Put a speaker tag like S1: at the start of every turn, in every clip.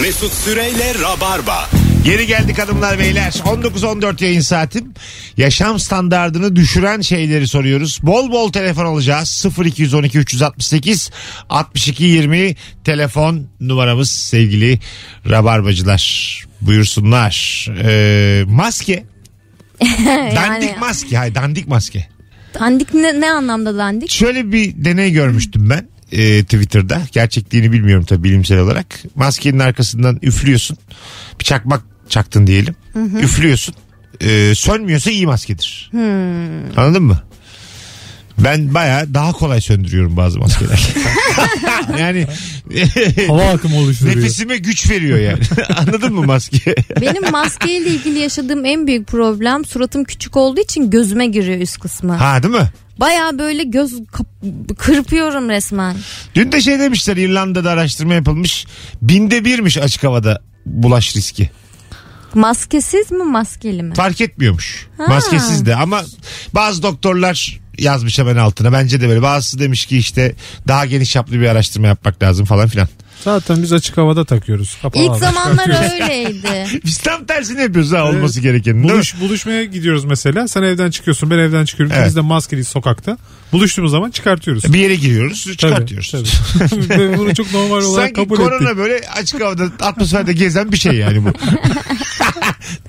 S1: Mesut Süreyle Rabarba.
S2: Geri geldik hanımlar beyler. 19-14 yayın saatim. Yaşam standartını düşüren şeyleri soruyoruz. Bol bol telefon alacağız. 0212 368 62 20 telefon numaramız sevgili rabarbacılar. Buyursunlar. Ee, maske. Dandik maske. Hayır dandik maske.
S3: Dandik ne, ne anlamda dandik?
S2: Şöyle bir deney görmüştüm ben e, Twitter'da. Gerçekliğini bilmiyorum tabii bilimsel olarak. Maskenin arkasından üflüyorsun. Bir çakmak çaktın diyelim. Üflüyorsun. E, sönmüyorsa iyi maskedir. Anladın mı? Ben baya daha kolay söndürüyorum bazı maskeler. yani
S4: Hava akımı oluşturuyor.
S2: nefesime güç veriyor yani. Anladın mı maske?
S3: Benim maskeyle ilgili yaşadığım en büyük problem suratım küçük olduğu için gözüme giriyor üst kısmı.
S2: ha değil mi?
S3: Baya böyle göz kap- kırpıyorum resmen.
S2: Dün de şey demişler İrlanda'da araştırma yapılmış. Binde birmiş açık havada bulaş riski.
S3: Maskesiz mi maskeli mi?
S2: Fark etmiyormuş. Maskesiz de ama bazı doktorlar yazmış hemen altına. Bence de böyle bazısı demiş ki işte daha geniş çaplı bir araştırma yapmak lazım falan filan.
S4: Zaten biz açık havada takıyoruz. Kapalı
S3: İlk
S4: havada takıyoruz.
S3: zamanlar
S4: şey.
S3: öyleydi.
S2: Biz tam tersini yapıyoruz ha olması gereken. değil mi?
S4: Buluş, buluşmaya gidiyoruz mesela. Sen evden çıkıyorsun ben evden çıkıyorum.
S2: Evet.
S4: Biz de maskeliyiz sokakta. Buluştuğumuz zaman çıkartıyoruz.
S2: Bir yere giriyoruz
S4: Tabii,
S2: çıkartıyoruz.
S4: tabii. Ve Bunu çok normal olarak
S2: Sanki
S4: kabul
S2: korona
S4: ettik.
S2: böyle açık havada atmosferde gezen bir şey yani bu.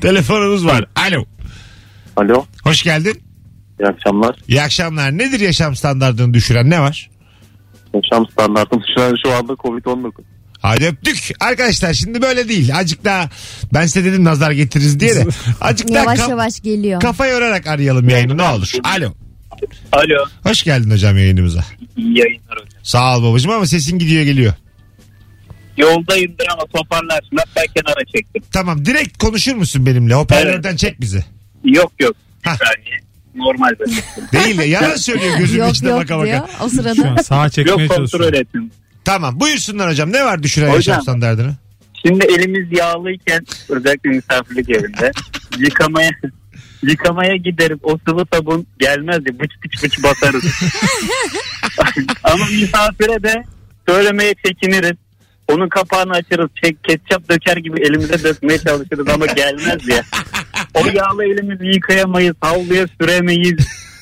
S2: Telefonumuz var. Alo.
S5: Alo,
S2: Hoş geldin.
S5: iyi akşamlar.
S2: İyi akşamlar. Nedir yaşam standartını düşüren ne var?
S5: Yaşam standartım şu an şu anda Covid-19.
S2: Hadi öptük. Arkadaşlar şimdi böyle değil. Azıcık daha ben size dedim nazar getiririz diye de. Azıcık daha
S3: yavaş
S2: kaf-
S3: yavaş geliyor.
S2: kafa yorarak arayalım yayını ne olur. Alo.
S6: Alo.
S2: Hoş geldin hocam yayınımıza.
S6: İyi yayınlar hocam.
S2: Sağ ol babacığım ama sesin gidiyor geliyor.
S6: Yoldayımdır ama toparlarsın. Hatta kenara çektim.
S2: Tamam direkt konuşur musun benimle? Hoparlörden çek bizi.
S6: Yok yok. Bir
S2: Hah.
S6: saniye. Normal ben.
S2: Değil de yalan söylüyor gözünün
S3: yok
S2: içine
S3: yok
S2: baka
S3: diyor.
S2: baka.
S3: O
S4: Şu an
S3: sırada
S4: sağa çekmeye
S6: yok kontrol
S4: çalışıyorum.
S6: ettim.
S2: Tamam buyursunlar hocam ne var düşüren
S6: Hocam.
S2: yaşam standartını?
S6: Şimdi elimiz yağlıyken özellikle misafirlik evinde yıkamaya yıkamaya giderim o sıvı sabun gelmez diye bıç bıç bıç basarız. Ama misafire de söylemeye çekiniriz. Onun kapağını açarız. Çek, ketçap döker gibi elimize dökmeye çalışırız ama gelmez diye. O yağlı elimizi yıkayamayız. Havluya süremeyiz.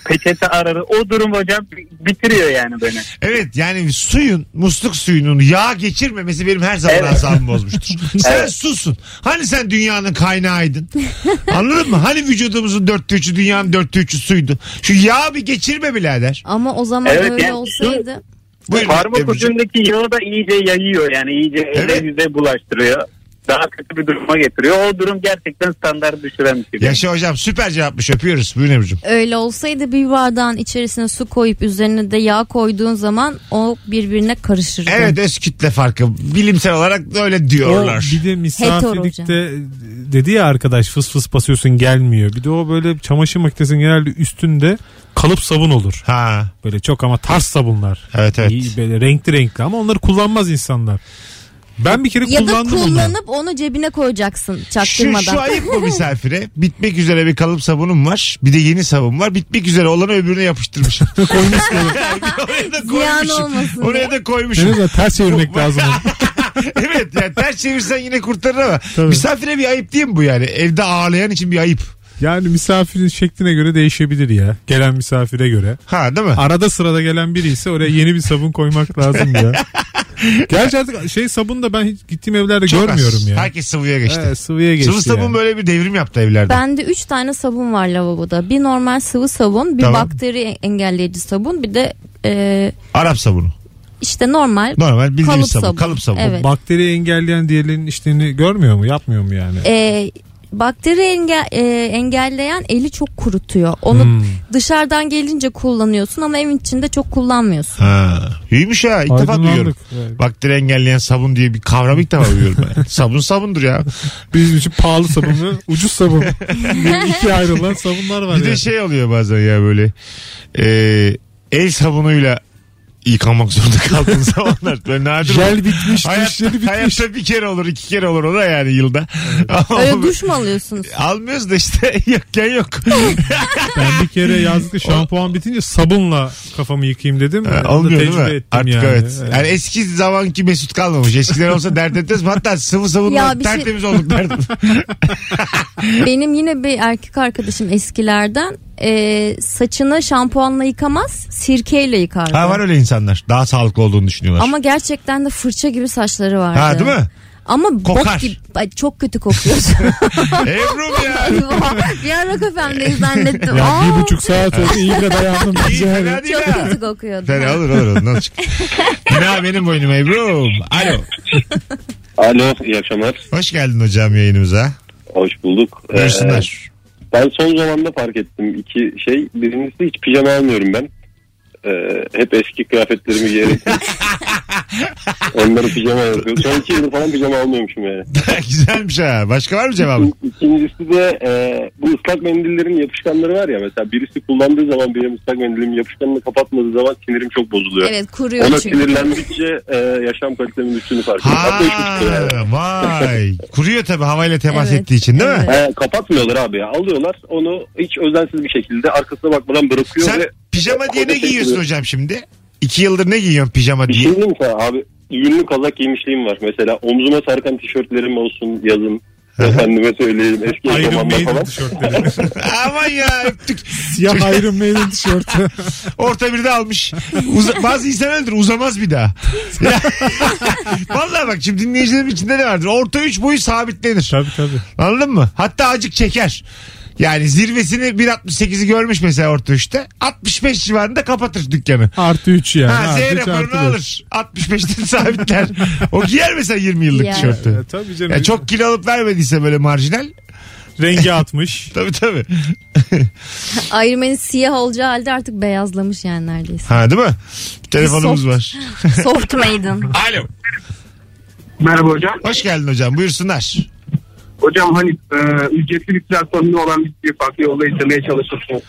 S6: Peçete ararız. O durum hocam bitiriyor yani beni.
S2: Evet yani suyun musluk suyunun yağ geçirmemesi benim her zaman
S6: Evet.
S2: asabımı bozmuştur. Sen
S6: Evet.
S2: susun. Hani sen dünyanın kaynağıydın. Anladın mı? Hani vücudumuzun dörtte üçü dünyanın dörtte üçü suydu. Şu yağ bir geçirme birader.
S3: ama o zaman
S6: Evet,
S3: öyle
S6: yani-
S3: olsaydı.
S2: Buyurun
S6: Parmak
S2: Ebru'cum.
S6: ucundaki yağı da iyice yayıyor yani iyice
S2: Evet.
S6: ele yüze bulaştırıyor. Daha kötü bir duruma getiriyor. O durum gerçekten standart düşüren bir şey.
S2: Yaşa hocam süper cevapmış öpüyoruz. Buyurun Ebru'cum.
S3: Öyle olsaydı bir bardağın içerisine su koyup üzerine de yağ koyduğun zaman o birbirine karışırdı.
S2: Evet öz kitle farkı. Bilimsel olarak öyle
S4: O
S2: diyorlar.
S4: bir de misafirlikte
S3: Heterojen.
S4: dedi ya arkadaş fıs fıs basıyorsun gelmiyor. Bir de o böyle çamaşır makinesinin genelde üstünde kalıp sabun olur.
S2: Ha
S4: Böyle çok ama tars sabunlar.
S2: evet evet.
S4: İyi, böyle renkli renkli ama onları kullanmaz insanlar. Ben bir kere
S3: Ya da
S4: kullandım onları.
S3: kullanıp onu cebine koyacaksın
S2: Şu,
S3: çaktırmadan.
S2: şu ayıp mı misafire? Bitmek üzere bir kalıp sabunum var. Bir de yeni sabun var. Bitmek üzere olanı öbürüne yapıştırmışım. Koymuşum. Oraya da
S3: Ziyan
S2: koymuşum.
S3: olmasın
S2: Oraya da
S4: Benim
S2: koymuşum.
S4: de ters çevirmek lazım.
S2: evet yani ters çevirsen yine kurtarır ama.
S4: Tabii.
S2: Misafire bir ayıp değil mi bu yani? Evde ağırlayan için bir ayıp.
S4: Yani misafirin şekline göre değişebilir ya. Gelen misafire göre.
S2: Ha değil mi?
S4: Arada sırada gelen biri ise oraya yeni bir sabun koymak lazım ya. Gerçi artık şey sabun da ben hiç gittiğim evlerde
S2: Çok az.
S4: görmüyorum ya.
S2: Herkes sıvıya geçti.
S4: He, sıvıya geçti.
S2: Sıvı sabun
S4: yani.
S2: böyle bir devrim yaptı evlerde.
S3: Bende 3 tane sabun var lavaboda. Bir normal sıvı sabun, bir
S2: Tamam.
S3: bakteri engelleyici sabun, bir de e,
S2: Arap sabunu.
S3: işte normal.
S2: Normal bildiğimiz
S3: Kalıp
S2: sabun.
S3: sabun.
S2: Kalıp sabun.
S3: Evet.
S4: Bakteri engelleyen diğerlerinin işlerini görmüyor mu? Yapmıyor mu yani?
S3: E, bakteri enge- e, engelleyen eli çok kurutuyor. Onu
S4: Hmm.
S2: E,
S3: dışarıdan gelince kullanıyorsun ama evin içinde çok kullanmıyorsun.
S2: Ha. İyiymiş ha. İlk defa
S4: Aydınlandık.
S2: duyuyorum.
S4: Evet.
S2: Bakteri engelleyen sabun diye bir kavram ilk defa duyuyorum. ben. sabun sabundur ya.
S4: Bizim için pahalı sabun ve ucuz sabun. İki ayrılan sabunlar var
S2: Bir de
S4: yani.
S2: şey oluyor bazen ya böyle. e, el sabunuyla yıkamak zorunda kaldığın zamanlar. Böyle nadir olur.
S4: Jel bitmiş,
S2: Hayat,
S4: dişleri bitmiş.
S2: hayatta bir kere olur iki kere olur o da yani yılda. Ama
S3: Öyle duş mu alıyorsunuz?
S2: Almıyoruz da işte yokken yok.
S4: Ben bir kere yazlıkta şampuan bitince sabunla kafamı yıkayayım dedim. Onu da
S2: Olmuyor değil
S4: tecrübe
S2: mi?
S4: ettim
S2: Artık
S4: yani. e-
S2: evet. Yani eski zamanki Mesut kalmamış. Eskiler olsa dert etmez. Hatta sıvı
S3: Ya
S2: sabunla
S3: bir şey-
S2: tertemiz olduk derdim.
S3: Benim yine bir erkek arkadaşım eskilerden e, saçını şampuanla yıkamaz sirkeyle yıkardı.
S2: ha var öyle insanlar. Daha sağlıklı olduğunu düşünüyorlar.
S3: Ama gerçekten de fırça gibi saçları vardı.
S2: Ha değil mi?
S3: Ama
S2: Kokar.
S3: bok gibi ay, çok kötü kokuyorsun.
S2: Ebru mu ya?
S3: Eyvah, bir ara kafamdayız zannettim.
S4: Ya
S3: Aa,
S4: bir buçuk saat oldu. İyi de dayandım.
S2: İyi
S4: Güzel.
S2: fena değil
S3: Çok
S2: ha.
S3: kötü kokuyordu.
S2: Fena olur olur. Nasıl çıktı? Günah benim boynuma Ebru. Alo.
S5: Alo iyi akşamlar.
S2: Hoş geldin hocam yayınımıza.
S5: Hoş bulduk. Ee,
S2: Buyursunlar.
S5: ben son zamanda fark ettim iki şey. Birincisi hiç pijama almıyorum ben. Ee, hep eski kıyafetlerimi giyerek. Onları pijama yapıyorum. Son iki yıldır falan pijama almıyormuşum yani.
S2: Güzelmiş ha. Başka var mı cevabın?
S5: İ- İkincisi de e, bu ıslak mendillerin yapışkanları var ya mesela birisi kullandığı zaman benim ıslak mendilimin yapışkanını kapatmadığı zaman sinirim çok bozuluyor.
S3: Evet kuruyor
S5: Ona
S3: çünkü.
S5: sinirlendikçe e, yaşam kalitemin düştüğünü fark ettim.
S2: Ha,
S5: Hatta üç buçuk lira yani.
S2: vay. Kuruyor tabii havayla temas
S3: Evet,
S2: ettiği için değil mi?
S3: evet.
S5: He, E, kapatmıyorlar abi ya. Alıyorlar onu hiç özensiz bir şekilde arkasına bakmadan bırakıyor
S2: Sen
S5: ve
S2: pijama diye ne
S5: Koca şey
S2: giyiyorsun
S5: gibi.
S2: hocam şimdi? İki yıldır ne giyiyorsun pijama
S5: bir
S2: diye?
S5: şey diyeyim mi sana abi yünlü kazak giymişliğim var. Mesela omzuma sarkan tişörtlerim olsun yazın. Efendime söyleyeyim eski
S4: Iron
S5: zamanda
S4: Maiden
S5: falan.
S4: tişörtleri.
S2: Aman ya öptük.
S4: Siyah Iron Maiden tişörtü.
S2: Orta birde almış. Uza- bazı insan öldür uzamaz bir daha. Ya- Vallahi bak şimdi dinleyicilerim içinde ne vardır? Orta üç boyu sabitlenir.
S4: tabii tabii.
S2: Anladın mı? Hatta acık çeker. Yani zirvesini 1.68'i görmüş mesela orta üçte. 65 civarında kapatır dükkanı.
S4: Artı 3 yani.
S2: Ha, Z
S4: Artı üç,
S2: raporunu
S4: artı beş.
S2: alır. 65'ten sabitler. O giyer mesela 20 yıllık
S3: Giyer.
S2: tişörtü.
S4: E, tabii canım.
S2: Ya çok kilo alıp vermediyse böyle marjinal.
S4: rengi atmış.
S2: Tabii tabii.
S3: Iron Man'in siyah olacağı halde artık beyazlamış yani neredeyse.
S2: Ha değil mi? Bir telefonumuz
S3: Bir soft.
S2: var.
S3: Soft Maiden.
S2: Alo.
S7: Merhaba hocam.
S2: Hoş geldin hocam. Buyursunlar.
S7: Hocam hani e, ücretli bir platformda olan bir sürü farklı yolla izlemeye çalışırsınız.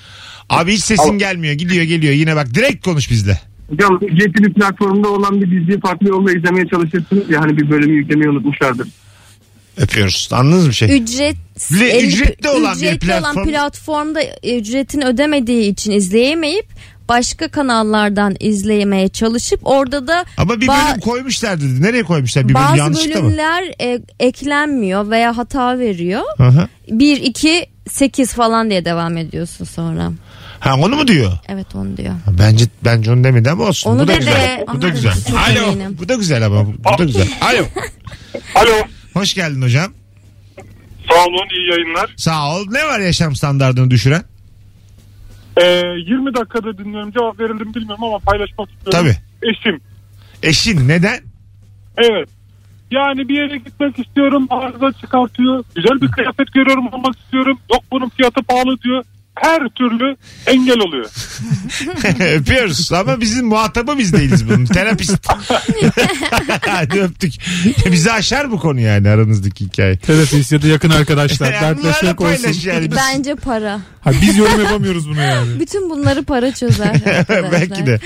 S2: Abi hiç sesin gelmiyor. Gidiyor geliyor. Yine bak direkt konuş bizle.
S7: Hocam ücretli bir platformda olan bir diziyi farklı yolla izlemeye çalışırsınız ya hani bir bölümü yüklemeyi unutmuşlardır.
S2: Öpüyoruz. Anladınız mı bir şey?
S3: ücret
S2: Bile
S3: el-
S2: ücretli olan bir
S3: ücretli
S2: platform-
S3: platformda ücretini ödemediği için izleyemeyip başka kanallardan izlemeye çalışıp orada da
S2: Ama bir
S3: ba-
S2: bölüm koymuşlar dedi. Nereye koymuşlar? Bir bölüm
S3: bazı
S2: yanlışlıkla mı?
S3: bölümler e, eklenmiyor veya hata veriyor.
S2: Aha.
S3: 1 2 8 falan diye devam ediyorsun sonra.
S2: Ha onu mu diyor?
S3: Evet onu diyor.
S2: Ha, Bence bence onu demedi ama olsun.
S3: Onu
S2: bu da
S3: dedi.
S2: güzel. Bu da
S3: Ama
S2: güzel.
S3: çok
S2: Alo.
S3: eminim.
S2: Bu da güzel ama. Bu bu da güzel. Alo.
S7: Alo.
S2: Hoş geldin hocam.
S7: Sağ olun iyi yayınlar.
S2: Sağ ol. Ne var yaşam standartını düşüren?
S7: 20 E, dakikada dinliyorum cevap verildim bilmiyorum ama paylaşmak istiyorum.
S2: Tabii.
S7: Eşim.
S2: Eşin neden?
S7: Evet. Yani bir yere gitmek istiyorum arıza çıkartıyor. Güzel bir kıyafet görüyorum almak istiyorum. Yok bunun fiyatı pahalı diyor. Her türlü engel oluyor.
S2: Öpüyoruz ama bizim muhatabı biz değiliz bunun. Terapist. Hadi öptük. Bizi aşar bu konu yani aranızdaki hikaye.
S4: Terapist ya da yakın arkadaşlar.
S2: Onlarla
S4: Dertleşmek olsun.
S2: paylaş yani. Biz-
S3: Bence para.
S4: Ha, biz yorum yapamıyoruz bunu yani.
S3: Bütün bunları para çözer. arkadaşlar.
S2: Belki de.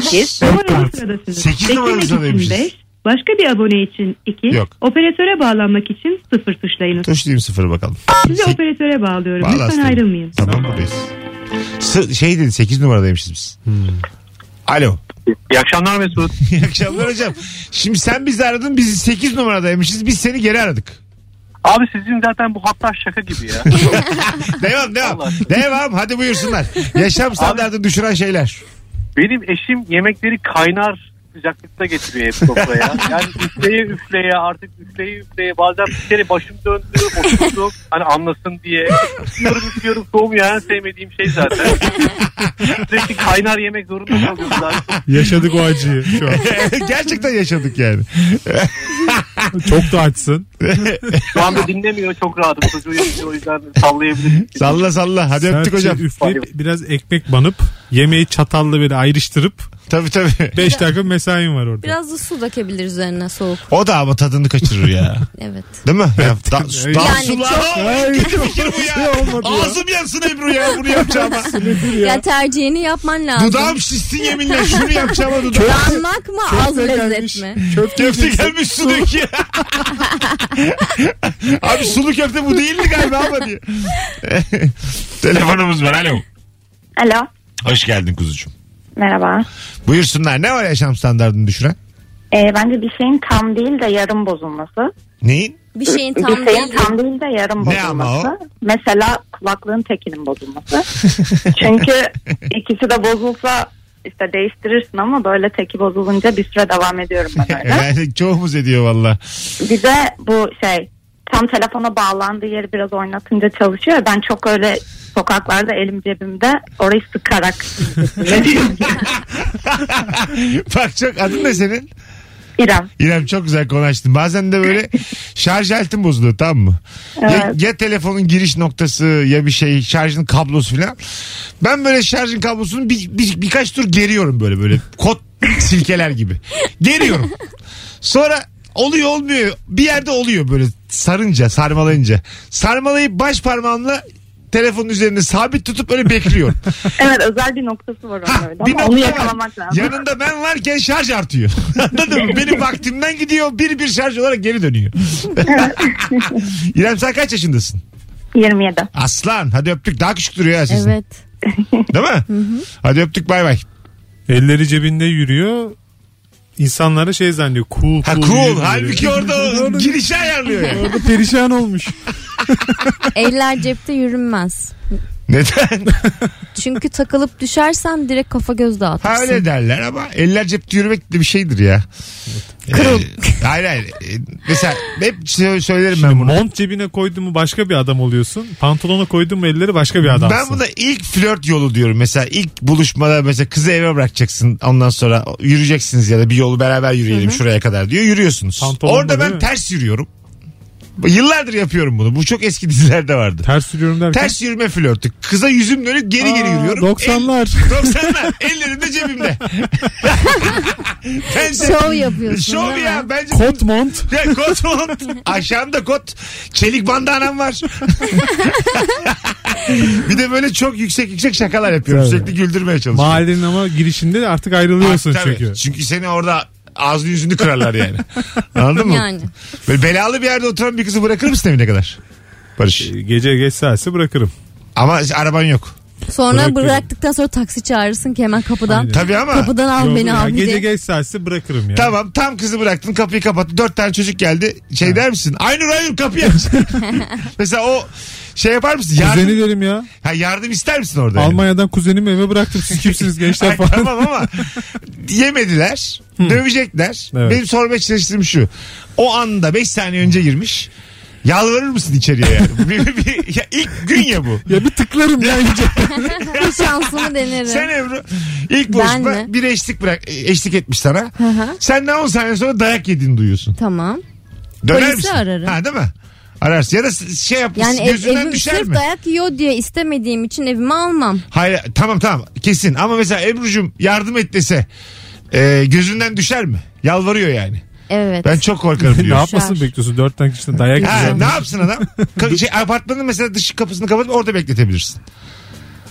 S8: 8 numaralı sıradasınız.
S2: Sekiz numaralı
S8: Beklemek
S2: sıradaymışız.
S8: için beş, Başka bir abone için 2.
S2: Yok.
S8: Operatöre bağlanmak için 0 tuşlayınız.
S2: Tuşlayayım sıfırı bakalım.
S8: Sizi
S2: Sek-
S8: operatöre bağlıyorum.
S2: Bağla
S8: Lütfen
S2: aslanım.
S8: ayrılmayın.
S2: Tamam buradayız. Sı- şey dedi 8 numaradaymışız biz. Alo.
S7: İyi akşamlar Mesut.
S2: İyi akşamlar hocam. Şimdi sen bizi aradın biz 8 numaradaymışız biz seni geri aradık.
S7: Abi sizin zaten bu hatta şaka gibi ya.
S2: Devam devam.
S7: Allah.
S2: Devam hadi buyursunlar. Yaşam standartını düşüren şeyler.
S7: Benim eşim yemekleri kaynar sıcaklıkta getiriyor hep sofraya. Yani üfleye üfleye artık üfleye üfleye bazen bir kere başım döndü oturdum hani anlasın diye. Üflüyorum üflüyorum soğumuyor en sevmediğim şey zaten. Sürekli kaynar yemek zorunda kalıyorlar.
S4: Yaşadık o acıyı şu an.
S2: Gerçekten yaşadık yani.
S4: Çok da açsın.
S7: Şu anda dinlemiyor çok rahatım. Çocuğu yapıyor o yüzden sallayabilirim.
S2: Salla salla. Hadi
S4: Sertçe
S2: öptük hocam.
S4: üfleyip biraz ekmek banıp yemeği çatalla böyle ayrıştırıp
S2: Tabii tabii.
S4: 5 dakika mesain var orada.
S3: Biraz da su dökebilir üzerine soğuk.
S2: O da ama tadını kaçırır ya.
S3: Evet.
S2: Değil mi? Ya, da, da,
S3: Yani
S2: sular-
S3: çok-
S2: Aa, kötü fikir bu ya. Ağzım yansın Ebru ya bunu yapacağıma.
S3: Ya. tercihini yapman lazım.
S2: Dudağım şişsin yeminle şunu yapacağıma dudağım.
S3: Yanmak mı az lezzet mi?
S2: Köfte gelmiş su döküyor. Abi sulu köfte bu değildi galiba ama diye. Telefonumuz var alo.
S9: Alo.
S2: Hoş geldin kuzucuğum.
S9: Merhaba.
S2: Buyursunlar ne var yaşam standartını düşüren?
S9: Ee, bence bir şeyin tam değil de yarım bozulması.
S2: Neyin?
S3: Bir şeyin tam
S9: bir şeyin
S3: değil.
S9: tam değil de yarım
S2: Ne ama
S9: bozulması. Mesela kulaklığın tekinin bozulması. Çünkü ikisi de bozulsa işte değiştirirsin ama böyle teki bozulunca bir süre devam ediyorum ben öyle.
S2: Yani çoğumuz ediyor valla.
S9: bir de bu şey tam telefona bağlandığı yeri biraz oynatınca çalışıyor. Ben çok öyle sokaklarda elim cebimde orayı sıkarak
S2: Bak çok adın ne senin?
S9: İrem.
S2: İrem çok güzel konuştun. Bazen de böyle şarj aletin bozuluyor tamam mı? Ya,
S9: Evet.
S2: ya telefonun giriş noktası ya bir şey şarjın kablosu falan. Ben böyle şarjın kablosunu bir, bir- birkaç tur geriyorum böyle böyle kot silkeler gibi. Geriyorum. Sonra oluyor olmuyor bir yerde oluyor böyle sarınca sarmalayınca. Sarmalayıp baş parmağımla telefonun üzerinde sabit tutup böyle bekliyorum.
S9: Evet özel bir noktası var
S2: Ha,
S9: onun öyle
S2: bir
S9: ama
S2: nokta
S9: onu
S2: var.
S9: yakalamak lazım.
S2: Yanında ben varken şarj artıyor. Anladın mı? Benim vaktimden gidiyor. Bir bir şarj olarak geri dönüyor. İrem sen kaç yaşındasın?
S9: 27.
S2: Aslan. Hadi öptük. Daha küçük duruyor ya sizin.
S3: Evet.
S2: Değil mi? Hadi öptük bay bay.
S4: Elleri cebinde yürüyor. İnsanlara şey zannediyor. Cool
S2: Ha
S4: cool.
S2: cool.
S4: yürüyor.
S2: Halbuki orada o girişi ayarlıyor yani.
S4: Orada perişan olmuş.
S3: Eller cepte yürünmez.
S2: Neden?
S3: Çünkü takılıp düşersen direkt kafa göz dağıtırsın.
S2: Ha öyle derler ama eller cepte yürümek de bir şeydir ya. Kırıl. hayır hayır. Ee, Mesela hep sö- söylerim ben bunu.
S4: Mont cebine koydun mu başka bir adam oluyorsun. Pantolona koydun mu elleri başka bir adamsın.
S2: Ben buna ilk flört yolu diyorum. Mesela ilk buluşmada mesela kızı eve bırakacaksın. Ondan sonra yürüyeceksiniz ya da bir yolu beraber yürüyelim şuraya kadar diyor. Yürüyorsunuz.
S4: Pantolonla
S2: Orada ben
S4: değil mi?
S2: ters yürüyorum. Yıllardır yapıyorum bunu. Bu çok eski dizilerde vardı.
S4: Ters yürüyorum derken.
S2: Ters yürüme flörtü. Kıza yüzüm dönük geri geri
S4: Aa,
S2: yürüyorum.
S4: 90'lar.
S2: El- 90'lar. Ellerim de cebimde. Bence-
S3: Şov yapıyorsun,
S2: Şov
S3: değil
S2: ya.
S3: mi?
S2: Bence
S4: Kot mont.
S2: ya kot mont. Aşağımda kot. Çelik bandanam var. bir de böyle çok yüksek yüksek şakalar yapıyorum.
S4: Tabii.
S2: Sürekli güldürmeye çalışıyorum.
S4: Mahallenin ama girişinde de artık ayrılıyorsun
S2: Tabii.
S4: çünkü.
S2: Çünkü seni orada ağzını yüzünü kırarlar yani. Anladın mı?
S3: Yani.
S2: Böyle belalı bir yerde oturan bir kızı bırakır mısın evine kadar? Barış.
S4: Ee, Gece geç saatse bırakırım.
S2: Ama araban yok.
S3: Sonra
S4: Bırakıyorum.
S3: bıraktıktan sonra taksi çağırırsın ki hemen kapıdan.
S4: Aynen.
S2: Tabii ama.
S3: Kapıdan al
S4: Yok
S3: beni
S4: ya,
S3: abi
S4: Gece
S3: diye.
S4: geç saatse bırakırım ya.
S2: Tamam tam kızı bıraktın kapıyı kapattın. Dört tane çocuk geldi. Şey der misin? Aynur hayır kapıyı aç. Mesela o şey yapar mısın?
S4: Kuzeni
S2: Yardım,
S4: derim ya.
S2: ha, yardım ister misin orada? yani?
S4: Almanya'dan kuzenimi eve bıraktım. Siz kimsiniz gençler
S2: Ay,
S4: falan.
S2: tamam ama yemediler. Dövecekler.
S4: Evet.
S2: Benim sormaya çalıştığım şu. O anda 5 saniye önce girmiş. Yalvarır mısın içeriye yani? bir, bir- bir- ya ilk gün ya bu.
S4: ya bir tıklarım ya iyice.
S3: Bir şansımı denerim.
S2: Sen Ebru ilk
S3: Ben
S2: buluşma
S3: mi?
S2: bir eşlik bırak eşlik etmiş sana.
S3: hı.
S2: Sen de 10 saniye sonra dayak yediğini duyuyorsun.
S3: Tamam.
S2: Döner
S3: Polisi
S2: misin?
S3: ararım.
S2: Ha değil mi? Ararsın ya da s- şey yapmışsın
S3: Yani ev,
S2: gözünden
S3: evim
S2: düşer
S3: sırf
S2: mi?
S3: dayak yiyor diye istemediğim için evime almam.
S2: Hayır tamam tamam kesin ama mesela Ebru'cum yardım et dese e, gözünden düşer mi? Yalvarıyor yani.
S3: Evet.
S2: Ben çok korkarım
S4: ne
S2: diyor.
S4: yapmasını bekliyorsun? Dört tane kişiden dayak
S2: Ha,
S4: yiyeceğim.
S2: ne yapsın adam? Ka- şey, apartmanın mesela dış kapısını kapatıp orada bekletebilirsin.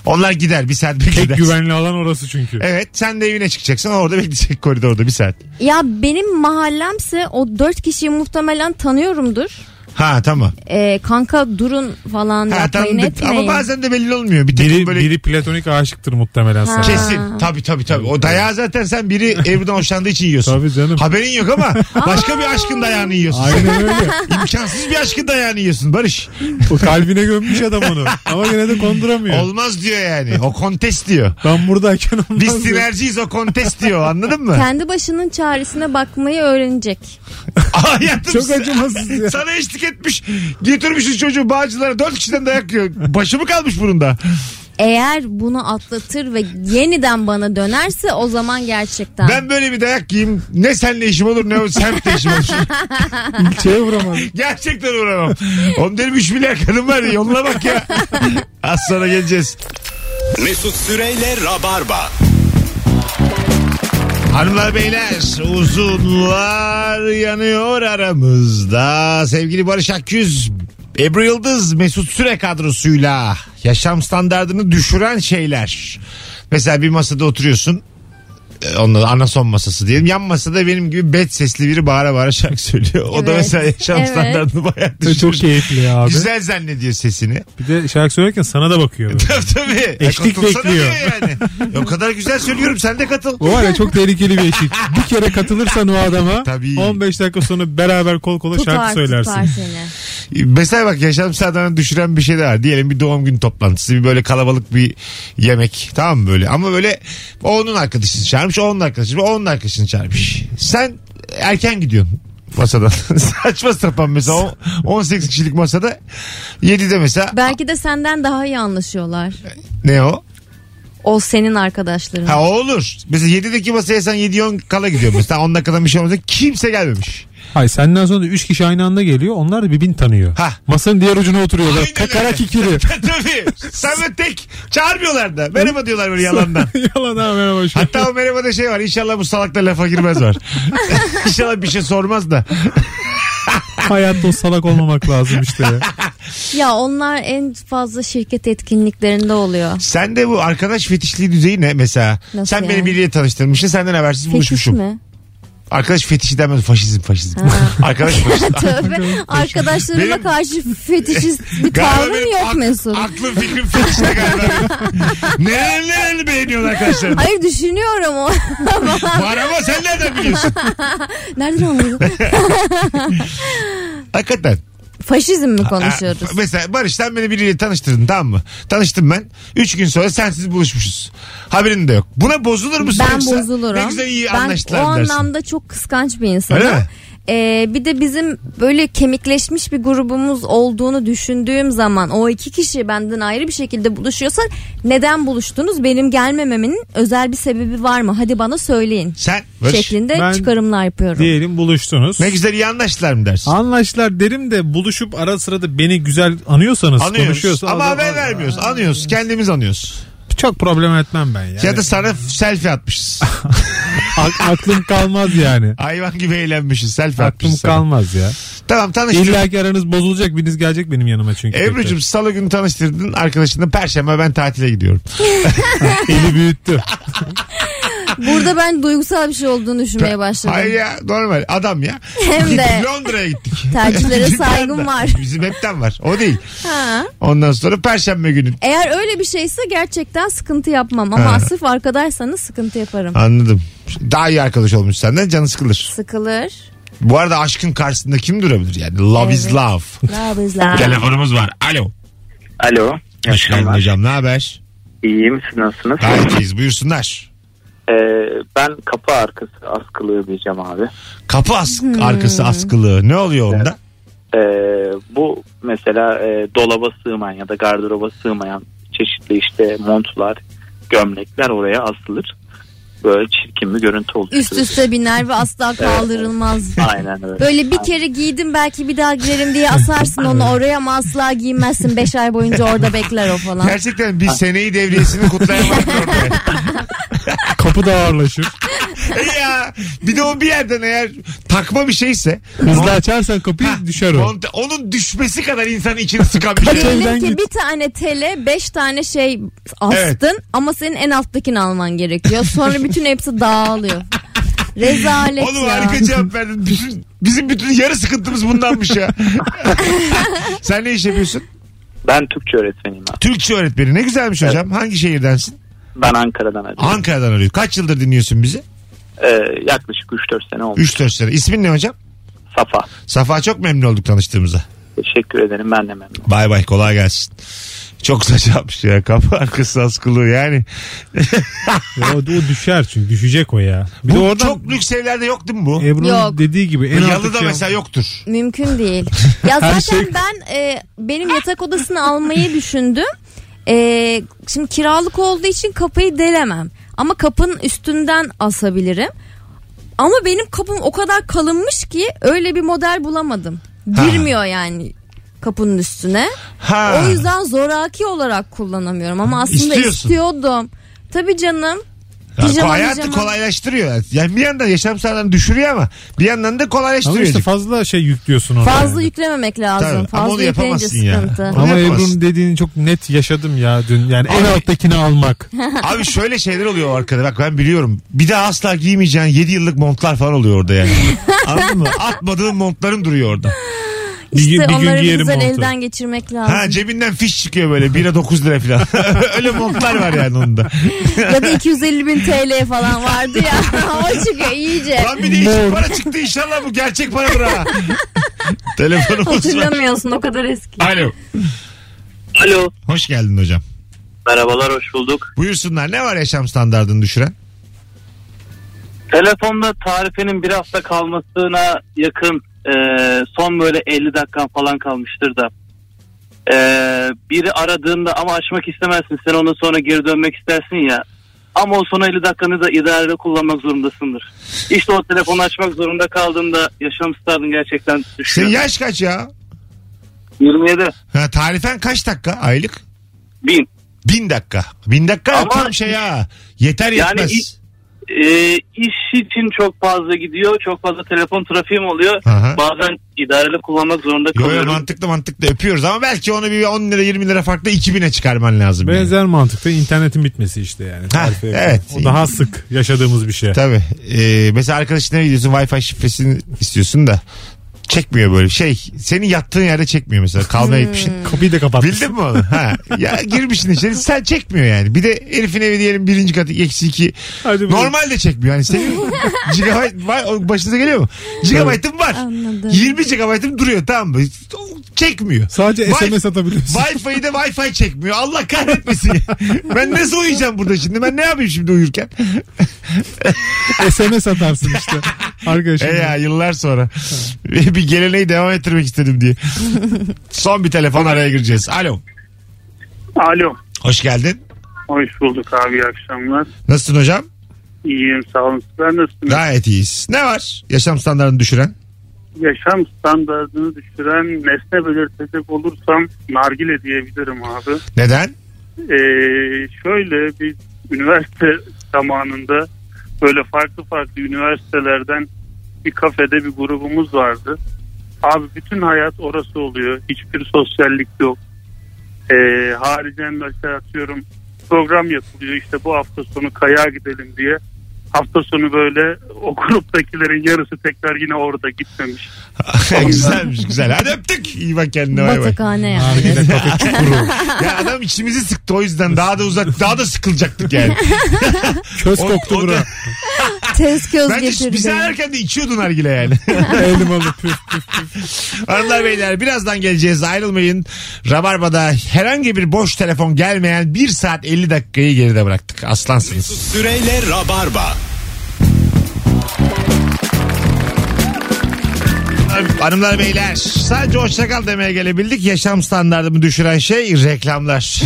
S2: Onlar gider bir saat
S4: Tek
S2: bekler.
S4: güvenli alan orası çünkü.
S2: Evet sen de evine çıkacaksın orada bekleyecek koridorda bir saat.
S3: Ya benim mahallemse o dört kişiyi muhtemelen tanıyorumdur.
S2: Ha tamam.
S3: Ee, kanka durun falan
S2: Ha,
S3: yapmayın
S2: tanıdık.
S3: etmeyin.
S2: Ama bazen de belli olmuyor. Bir tek
S4: Biri,
S2: böyle
S4: biri platonik aşıktır muhtemelen sana.
S2: kesin. Tabii tabii tabii. O dayağı zaten sen biri Ebru'dan hoşlandığı için yiyorsun.
S4: Tabii canım.
S2: Haberin yok ama başka bir aşkın dayağını yiyorsun.
S4: Aynen öyle.
S2: İmkansız bir aşkın dayağını yiyorsun Barış.
S4: O kalbine gömmüş adam onu. Ama yine de konduramıyor.
S2: Olmaz diyor yani. O kontest diyor.
S4: ben buradayken olmaz.
S2: Biz sinerjiyiz o kontest diyor anladın mı?
S3: Kendi başının çaresine bakmayı öğrenecek.
S2: Hayatım
S4: Çok
S2: sen-
S4: acımasız ya.
S2: Sana eşlik etmiş. Getirmişiz çocuğu bağcılara. Dört kişiden dayak yiyor. Başı mı kalmış burunda?
S3: eğer bunu atlatır ve yeniden bana dönerse o zaman gerçekten.
S2: Ben böyle bir dayak yiyeyim ne senle işim olur ne o semtle işim olur.
S10: İlçeye vuramadım.
S2: Gerçekten uğramam. Oğlum dedim 3 milyar kadın var ya, yoluna bak ya. Az sonra geleceğiz.
S1: Mesut Süreyle Rabarba.
S2: Hanımlar beyler uzunlar yanıyor aramızda. Sevgili Barış Akgüz, Ebru Yıldız, Mesut Süre kadrosuyla yaşam standartını düşüren şeyler. Mesela bir masada oturuyorsun. e, Onunla da anason masası diyelim. Yan masada benim gibi bet sesli biri bağıra bağıra şarkı söylüyor. O da
S3: Evet,
S2: mesela yaşam
S3: evet.
S2: standartını bayağı düşürür.
S4: Çok keyifli ya abi.
S2: Güzel zannediyor sesini.
S4: Bir de şarkı söylerken sana da bakıyor. böyle.
S2: Tabii tabii.
S4: Eşlik
S2: Katılsana
S4: bekliyor.
S2: diyor Yani. E, o kadar güzel söylüyorum sen de katıl.
S10: O var ya çok tehlikeli bir eşik. Bir kere katılırsan o adama
S2: Tabii.
S4: 15 dakika sonra beraber kol kola şarkı
S3: tutar,
S4: söylersin.
S3: tutar seni.
S2: Mesela bak yaşam standartını düşüren bir şey de var. Diyelim bir doğum günü toplantısı bir böyle kalabalık bir yemek tamam mı böyle ama böyle o onun arkadaşını çağırmış o onun arkadaşını o onun arkadaşını çağırmış. Sen erken gidiyorsun masadan. Saçma sapan mesela o 18 kişilik masada 7'de mesela "Ah,
S3: Belki de senden daha iyi anlaşıyorlar.
S2: ne o?
S3: O senin arkadaşların.
S2: Ha o olur. Mesela 7'deki masaya sen 7 10 kala gidiyorsun. Mesela 10 dakikadan bir şey olmasa kimse gelmemiş.
S4: Hayır senden sonra 3 kişi aynı anda geliyor. Onlar da birbirini tanıyor.
S2: Ha.
S4: Masanın diğer ucuna oturuyorlar.
S2: Aynen
S4: Kakarak
S2: öyle.
S4: ikili.
S2: Tabii. Sen ve tek çağırmıyorlar da. Merhaba diyorlar böyle yalandan.
S4: Yalan ha merhaba şu.
S2: Hatta o merhabada şey var. İnşallah bu salak da lafa girmez var. İnşallah bir şey sormaz da.
S4: Hayatta o salak olmamak lazım işte. ya.
S3: Ya onlar en fazla şirket etkinliklerinde oluyor.
S2: Sen de bu arkadaş fetişliği düzeyi ne mesela?
S3: Nasıl
S2: sen
S3: yani?
S2: beni biriyle tanıştırmışsın. Senden habersiz
S3: Fetiş
S2: buluşmuşum.
S3: mi?
S2: Arkadaş fetişi denmez. Faşizm faşizm. arkadaş faşizm.
S3: Tövbe. Arkadaşlarıma
S2: Benim-
S3: karşı fetişist bir
S2: Galiba
S3: tavrım
S2: benim
S3: yok
S2: ak-
S3: Mesut.
S2: Aklım fikrim fetişte galiba. Neler neler beğeniyorsun arkadaşlarım.
S3: Hayır düşünüyorum o.
S2: Var ama sen nereden biliyorsun?
S3: Nereden anladın?
S2: Hakikaten.
S3: Faşizm mi
S2: Ha,
S3: konuşuyoruz?
S2: Mesela Barış sen beni biriyle tanıştırdın tamam mı? Tanıştım ben. Üç gün sonra sensiz buluşmuşuz. Haberin de yok. Buna bozulur musun?
S3: Ben
S2: yoksa
S3: bozulurum.
S2: Ne güzel iyi
S3: ben o
S2: anlaştılar dersin.
S3: anlamda çok kıskanç bir insanım.
S2: Öyle mi?
S3: Ee, bir de bizim böyle kemikleşmiş bir grubumuz olduğunu düşündüğüm zaman o iki kişi benden ayrı bir şekilde buluşuyorsa neden buluştunuz? Benim gelmememin özel bir sebebi var mı? Hadi bana söyleyin.
S2: Sen Barış
S3: şeklinde
S4: Ben-
S3: çıkarımlar yapıyorum.
S4: Diyelim buluştunuz.
S2: ne güzel iyi anlaştılar mı dersin?
S4: Anlaşlar derim de buluşup ara sırada beni güzel anıyorsanız
S2: Anıyoruz
S4: konuşuyorsanız.
S2: ama
S4: adam-
S2: haber vermiyoruz. Anıyoruz. Kendimiz anıyoruz.
S4: Çok problem etmem ben yani.
S2: Ya da sana selfie atmışız.
S4: A- aklım kalmaz yani.
S2: Hayvan gibi eğlenmişiz. Selfie
S4: Aklım
S2: atmışız. sana.
S4: kalmaz ya.
S2: Tamam tanıştık.
S4: İlla ki aranız bozulacak biriniz gelecek benim yanıma çünkü.
S2: Ebru'cum salı günü tanıştırdın arkadaşını. Perşembe ben tatile gidiyorum.
S4: tekrar. Eli büyüttü.
S3: Burada ben duygusal bir şey olduğunu düşünmeye başladım.
S2: Hayır ya normal adam ya.
S3: Hem de
S2: Londra'ya gittik.
S3: tercihlere
S2: Bizden
S3: saygım
S2: de.
S3: var.
S2: Bizim hepten var. O değil.
S3: Ha.
S2: Ondan sonra perşembe günü.
S3: Eğer öyle bir şeyse gerçekten sıkıntı yapmam ama
S2: Ha.
S3: sırf arkadaysanız sıkıntı yaparım.
S2: Anladım. Daha iyi arkadaş olmuş senden canı sıkılır.
S3: Sıkılır.
S2: Bu arada aşkın karşısında kim durabilir yani? Love is
S3: Evet.
S2: love. Telefonumuz var. Alo.
S6: Alo.
S2: Hoş geldin hocam. Ne haber?
S6: İyi misiniz? Nasılsınız? Ee,
S2: Gayet iyiyiz. Buyursunlar.
S6: ben kapı arkası askılığı diyeceğim abi.
S2: Kapı as- arkası askılığı. Ne oluyor onda?
S6: Ee, bu mesela e, dolaba sığmayan ya da gardıroba sığmayan çeşitli işte montlar, gömlekler oraya asılır. Böyle çirkin bir görüntü oluşturur.
S3: Üst üste biner ve asla kaldırılmaz.
S6: Aynen öyle.
S3: Böyle bir kere giydim belki bir daha giyerim diye asarsın onu oraya ama asla giymezsin. Beş ay boyunca orada bekler o falan.
S2: Gerçekten bir seneyi devriyesini kutlayamadık orada.
S4: Kapı da ağırlaşır.
S2: E ya bir de o bir yerden eğer takma bir şeyse
S4: Hızlı açarsan kapıyı
S2: Ha,
S4: düşer o.
S2: mont- onun düşmesi kadar insanın içini sıkan bir şey.
S3: Diyelim
S4: Şeyden
S3: ki
S4: git.
S3: bir tane tele beş tane şey astın ama senin en alttakini alman gerekiyor. Sonra bütün hepsi dağılıyor. Rezalet
S2: Oğlum
S3: ya.
S2: harika cevap verdin. Bütün, bizim bütün yarı sıkıntımız bundanmış ya. Sen ne iş yapıyorsun?
S6: Ben Türkçe öğretmeniyim abi.
S2: Türkçe öğretmeni. Ne güzelmiş hocam. Hangi şehirdensin?
S6: Ben Ankara'dan arıyorum.
S2: Ankara'dan arıyor. Kaç yıldır dinliyorsun bizi?
S6: Ee, yaklaşık 3-4 sene oldu.
S2: 3-4 sene. İsmin ne hocam?
S6: Safa.
S2: Safa çok memnun olduk tanıştığımıza.
S6: Teşekkür ederim. Ben de memnunum.
S2: Bay bay kolay gelsin. Çok saçapmış ya kapı arkası askılığı yani.
S4: Ya o, o düşer çünkü düşecek o ya. Bir de
S2: Bu
S4: oradan
S2: çok lüks evlerde yok değil mi bu?
S4: Ebru'nun
S3: Yok.
S4: dediği gibi en
S2: Yalıda
S4: alttaki şey
S2: mesela yoktur.
S3: Mümkün değil. Ya
S4: Her
S3: zaten
S4: şey-
S3: ben e, benim yatak odasını almayı düşündüm. Ee, şimdi kiralık olduğu için kapıyı delemem. Ama kapının üstünden asabilirim. Ama benim kapım o kadar kalınmış ki öyle bir model bulamadım. Girmiyor yani kapının üstüne.
S2: Ha.
S3: O yüzden zoraki olarak kullanamıyorum ama aslında
S2: İstiyorsun.
S3: istiyordum. Tabii canım.
S2: Ya,
S3: Pijama,
S2: hayatı
S3: pijama.
S2: kolaylaştırıyor. Yani bir yandan yaşam standartını düşürüyor ama bir yandan da
S4: Ama
S2: kolaylaştırıyor.
S4: işte fazla şey yüklüyorsun orada.
S3: Fazla yüklememek lazım.
S2: Tabii, ama
S3: Fazla
S2: onu
S3: yükleyince
S2: yapamazsın ya.
S3: sıkıntı.
S2: Onu
S4: Ama
S2: yapamazsın.
S4: Ebru'nun dediğini çok net yaşadım ya dün. Yani en
S2: Abi-
S4: alttakini almak.
S2: Abi şöyle şeyler oluyor arkada bak ben biliyorum. Bir daha asla giymeyeceğin 7 yıllık montlar falan oluyor orada yani. Anladın mı? Atmadığın montların duruyor orada.
S4: Bir, gün-
S3: İşte
S4: bir gün
S3: onları
S4: giyerim
S3: güzel
S4: montu.
S3: elden geçirmek lazım.
S2: Ha cebinden fiş çıkıyor böyle 1'e 9 lira falan. Öyle montlar var yani onda.
S3: ya da 250 bin TL falan vardı ya. o çıkıyor iyice.
S2: Lan bir de işin para çıktı inşallah bu gerçek paradır ha. Telefonumuz var.
S3: Hatırlamıyorsun o kadar eski.
S2: Alo.
S5: Alo.
S2: Hoş geldin hocam.
S5: Merhabalar hoş bulduk.
S2: Buyursunlar ne var yaşam standartını düşüren?
S5: Telefonda tarifenin bir hafta kalmasına yakın e, son böyle 50 dakikan falan kalmıştır da. E, biri aradığında ama açmak istemezsin sen ondan sonra geri dönmek istersin ya. Ama o son 50 dakikanı da idarede kullanmak zorundasındır. İşte o telefonu açmak zorunda kaldığında yaşam standartın gerçekten
S2: Senin
S5: düşüyor.
S2: yaş kaç Şey ya?
S5: 27
S2: Ha, tarifen kaç dakika aylık?
S5: bin.
S2: Bin dakika. Bin dakika
S5: Ama-
S2: tam şey ha. Yeter
S5: Yani
S2: yetmez.
S5: i- E, iş için çok fazla gidiyor. Çok fazla telefon trafiğim oluyor.
S2: Aha.
S5: Bazen idareli kullanmak zorunda
S2: Yo yo
S5: kalıyorum.
S2: mantıklı mantıklı öpüyoruz ama belki onu bir 10 lira 20 lira farklı 2000'e çıkarman lazım. yani.
S4: Benzer mantıkta internetin bitmesi işte yani. Tarife yapıyor.
S2: evet.
S4: O daha sık yaşadığımız bir şey.
S2: Tabii. Ee, mesela arkadaşına gidiyorsun Wi-Fi şifresini istiyorsun da çekmiyor böyle şey. Senin yattığın yerde çekmiyor mesela. Kavga etmişsin.
S4: Kapıyı da kapatmışsın.
S2: Bildin mi onu? Ha. Ya girmişsin içeri sen çekmiyor yani. Bir de Elif'in evi diyelim birinci katı eksi iki.
S4: Hadi buyurun.
S2: Normal de çekmiyor. Hani senin gigabyte var o başınıza geliyor mu? Gigabyte'ın var.
S3: Anladım.
S2: 20 gigabyte'ım duruyor tamam mı? Çekmiyor.
S10: Sadece
S2: Wi-
S10: SMS atabiliyorsun.
S2: Wi-Fi'yi de Wi-Fi çekmiyor. Allah kahretmesin. ben nasıl uyuyacağım burada şimdi? Ben ne yapayım şimdi uyurken?
S10: SMS atarsın işte.
S2: E
S10: Arkadaşım.
S2: ya yıllar sonra. bir geleneği devam ettirmek istedim diye. Son bir telefon araya gireceğiz. Alo.
S7: Alo.
S2: Hoş geldin.
S7: Hoş bulduk abi iyi akşamlar.
S2: Nasılsın hocam?
S7: İyiyim sağ olun. Sizler nasılsınız?
S2: Gayet iyiyiz. Ne var? Yaşam standartını düşüren.
S7: Yaşam standartını düşüren nesne belirtecek olursam nargile diyebilirim abi.
S2: Neden?
S7: Ee, şöyle bir üniversite zamanında böyle farklı farklı üniversitelerden bir kafede bir grubumuz vardı. Abi bütün hayat orası oluyor. Hiçbir sosyallik yok. Ee, haricen mesela atıyorum program yapılıyor. İşte bu hafta sonu kayağa gidelim diye. Hafta sonu böyle o gruptakilerin yarısı tekrar yine orada gitmemiş.
S2: Güzelmiş güzel. Hadi öptük. İyi bak kendine bay bay.
S3: Batakhane yani.
S4: Nargile kafe çukuru.
S2: Ya adam içimizi sıktı o yüzden daha da uzak daha da sıkılacaktık yani.
S10: Köz
S2: O-
S10: koktu
S2: o
S10: bura.
S2: da-
S3: Tez köz
S2: Bence bizi
S3: getirdi.
S2: ararken de içiyordun nargile yani.
S10: Elim alıp püf püf.
S2: Hanımlar beyler birazdan geleceğiz ayrılmayın. Rabarba'da herhangi bir boş telefon gelmeyen 1 saat 50 dakikayı geride bıraktık. Aslansınız.
S1: Mesut Süreyle Rabarba.
S2: Hanımlar beyler sadece hoşçakal demeye gelebildik. Yaşam standartımı düşüren şey reklamlar.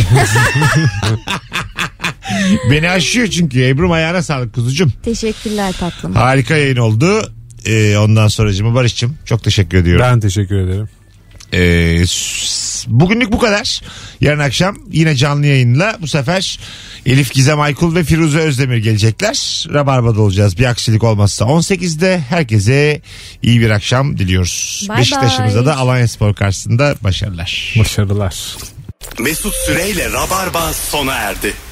S2: Beni aşıyor çünkü Ebru'm ayağına sağlık kuzucum.
S3: Teşekkürler tatlım.
S2: Harika yayın oldu. Ee, ondan sonracığıma Barış'cığım çok teşekkür ediyorum.
S4: ben teşekkür ederim.
S2: Ee, s- bugünlük bu kadar. Yarın akşam yine canlı yayınla bu sefer Elif Gizem Aykul ve Firuze Özdemir gelecekler. Rabarba'da olacağız bir aksilik olmazsa 18'de. Herkese iyi bir akşam diliyoruz.
S3: Bye
S2: Beşiktaş'ımıza
S3: bye.
S2: da Alanya Spor karşısında başarılar.
S4: Başarılar.
S1: Mesut Süreyle Rabarba sona erdi.